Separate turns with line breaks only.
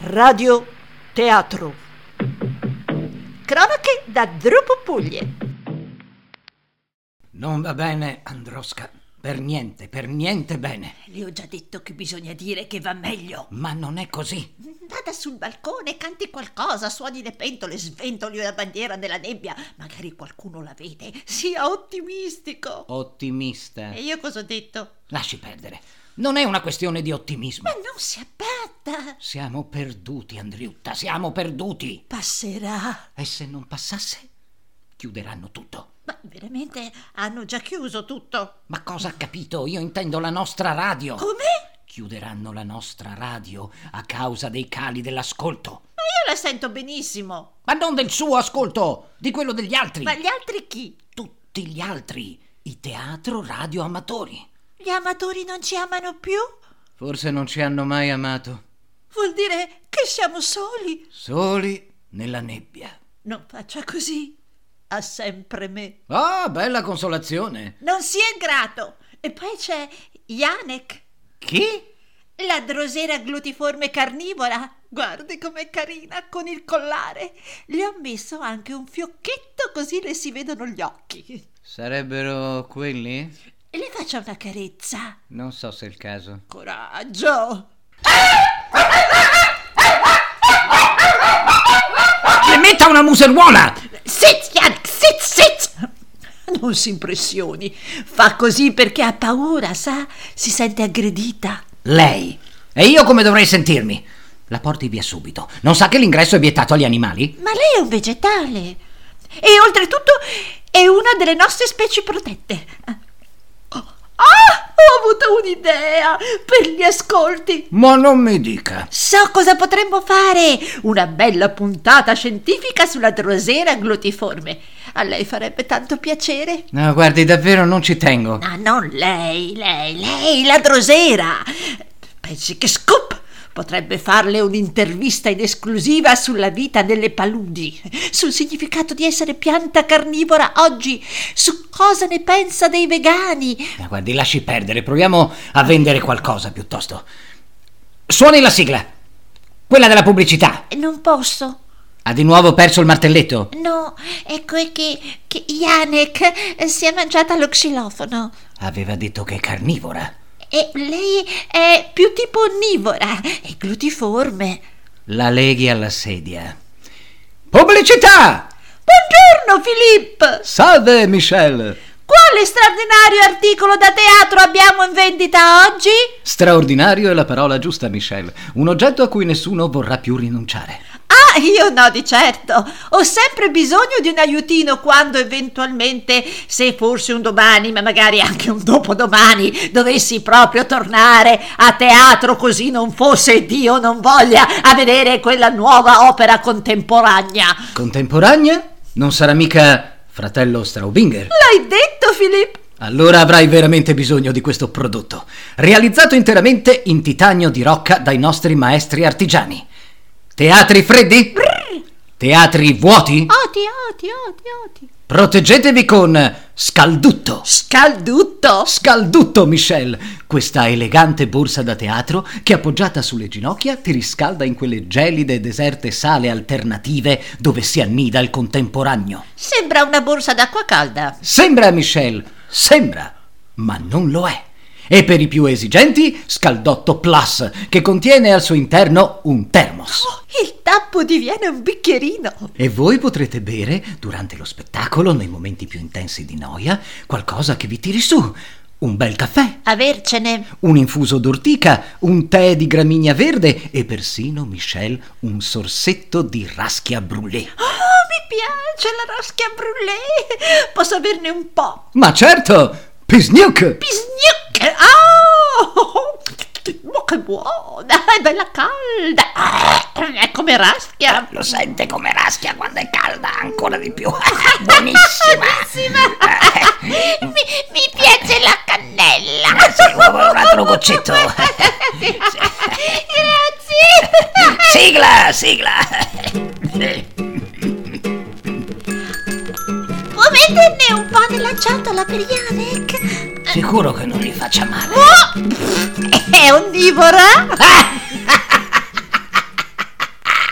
Radio Teatro. Cronache da Drupo Puglie.
Non va bene, Androsca. Per niente, per niente bene.
Le ho già detto che bisogna dire che va meglio.
Ma non è così.
Vada sul balcone, canti qualcosa, suoni le pentole, sventoli una bandiera nella nebbia. Magari qualcuno la vede. Sia ottimistico.
Ottimista.
E io cosa ho detto?
Lasci perdere. Non è una questione di ottimismo.
Ma non si abbatta.
Siamo perduti, Andriutta, siamo perduti.
Passerà.
E se non passasse, chiuderanno tutto.
Ma veramente hanno già chiuso tutto.
Ma cosa ha capito? Io intendo la nostra radio.
Come?
Chiuderanno la nostra radio a causa dei cali dell'ascolto.
Ma io la sento benissimo.
Ma non del suo ascolto, di quello degli altri.
Ma gli altri chi?
Tutti gli altri, i teatro radio amatori.
Gli amatori non ci amano più?
Forse non ci hanno mai amato.
Vuol dire che siamo soli.
Soli nella nebbia.
Non faccia così. Ha sempre me.
Ah, bella consolazione.
Non si è grato. E poi c'è Janek,
Chi?
la drosera glutiforme carnivora. Guardi com'è carina con il collare. Le ho messo anche un fiocchetto così le si vedono gli occhi.
Sarebbero quelli?
E le faccia una carezza.
Non so se è il caso.
Coraggio.
Le metta una museruola!
Sit, Janek, sit, sit. Non si impressioni. Fa così perché ha paura, sa? Si sente aggredita.
Lei. E io come dovrei sentirmi? La porti via subito. Non sa che l'ingresso è vietato agli animali?
Ma lei è un vegetale e oltretutto è una delle nostre specie protette. Ah, ho avuto un'idea per gli ascolti.
Ma non mi dica.
So cosa potremmo fare. Una bella puntata scientifica sulla drosera glutiforme. A lei farebbe tanto piacere.
No, guardi, davvero non ci tengo.
Ma non Ah, lei, lei, lei, la drosera. Pensi che Scoop potrebbe farle un'intervista in esclusiva sulla vita delle paludi, sul significato di essere pianta carnivora oggi, su cosa ne pensa dei vegani.
Ma guardi, lasci perdere. Proviamo a vendere qualcosa piuttosto. Suoni la sigla. Quella della pubblicità.
Non posso.
Ha di nuovo perso il martelletto.
No, ecco è che, che Janek si è mangiata lo xilofono.
Aveva detto che è carnivora.
E lei è più tipo onnivora e glutiforme.
La leghi alla sedia. Pubblicità!
Buongiorno Filippo!
Salve, Michel!
Quale straordinario articolo da teatro abbiamo in vendita oggi?
Straordinario è la parola giusta, Michel. Un oggetto a cui nessuno vorrà più rinunciare.
Ah, io no, di certo. Ho sempre bisogno di un aiutino quando eventualmente, se forse un domani, ma magari anche un dopodomani, dovessi proprio tornare a teatro così non fosse Dio non voglia a vedere quella nuova opera contemporanea.
Contemporanea? Non sarà mica fratello Straubinger?
L'hai detto, Filippo?
Allora avrai veramente bisogno di questo prodotto, realizzato interamente in titanio di rocca dai nostri maestri artigiani. Teatri freddi? Teatri vuoti?
Oti, oti, oti, oti.
Proteggetevi con Scaldutto.
Scalduto?
Scaldutto, Michel! Questa elegante borsa da teatro che appoggiata sulle ginocchia ti riscalda in quelle gelide e deserte sale alternative dove si annida il contemporaneo.
Sembra una borsa d'acqua calda.
Sembra, Michel, sembra, ma non lo è. E per i più esigenti, Scaldotto Plus, che contiene al suo interno un termos.
Oh, il tappo diviene un bicchierino.
E voi potrete bere, durante lo spettacolo, nei momenti più intensi di noia, qualcosa che vi tiri su. Un bel caffè,
Avercene.
un infuso d'ortica, un tè di gramigna verde e persino, Michel, un sorsetto di raschia brûlée.
Oh, mi piace la rosca brûlée. Posso averne un po'.
Ma certo, Pisnuc!
Bisgnuc. Oh, ma che buona. È bella calda. Ah, È come raschia.
Lo sente come raschia quando è calda, ancora di più. Buonissima!
Mi, mi piace la cannella.
Se vuole un altro goccetto.
Grazie.
Sigla, sigla!
Può metterne un po' nella ciotola per Janek?
Sicuro che non gli faccia male.
É, Oh, è onnivora?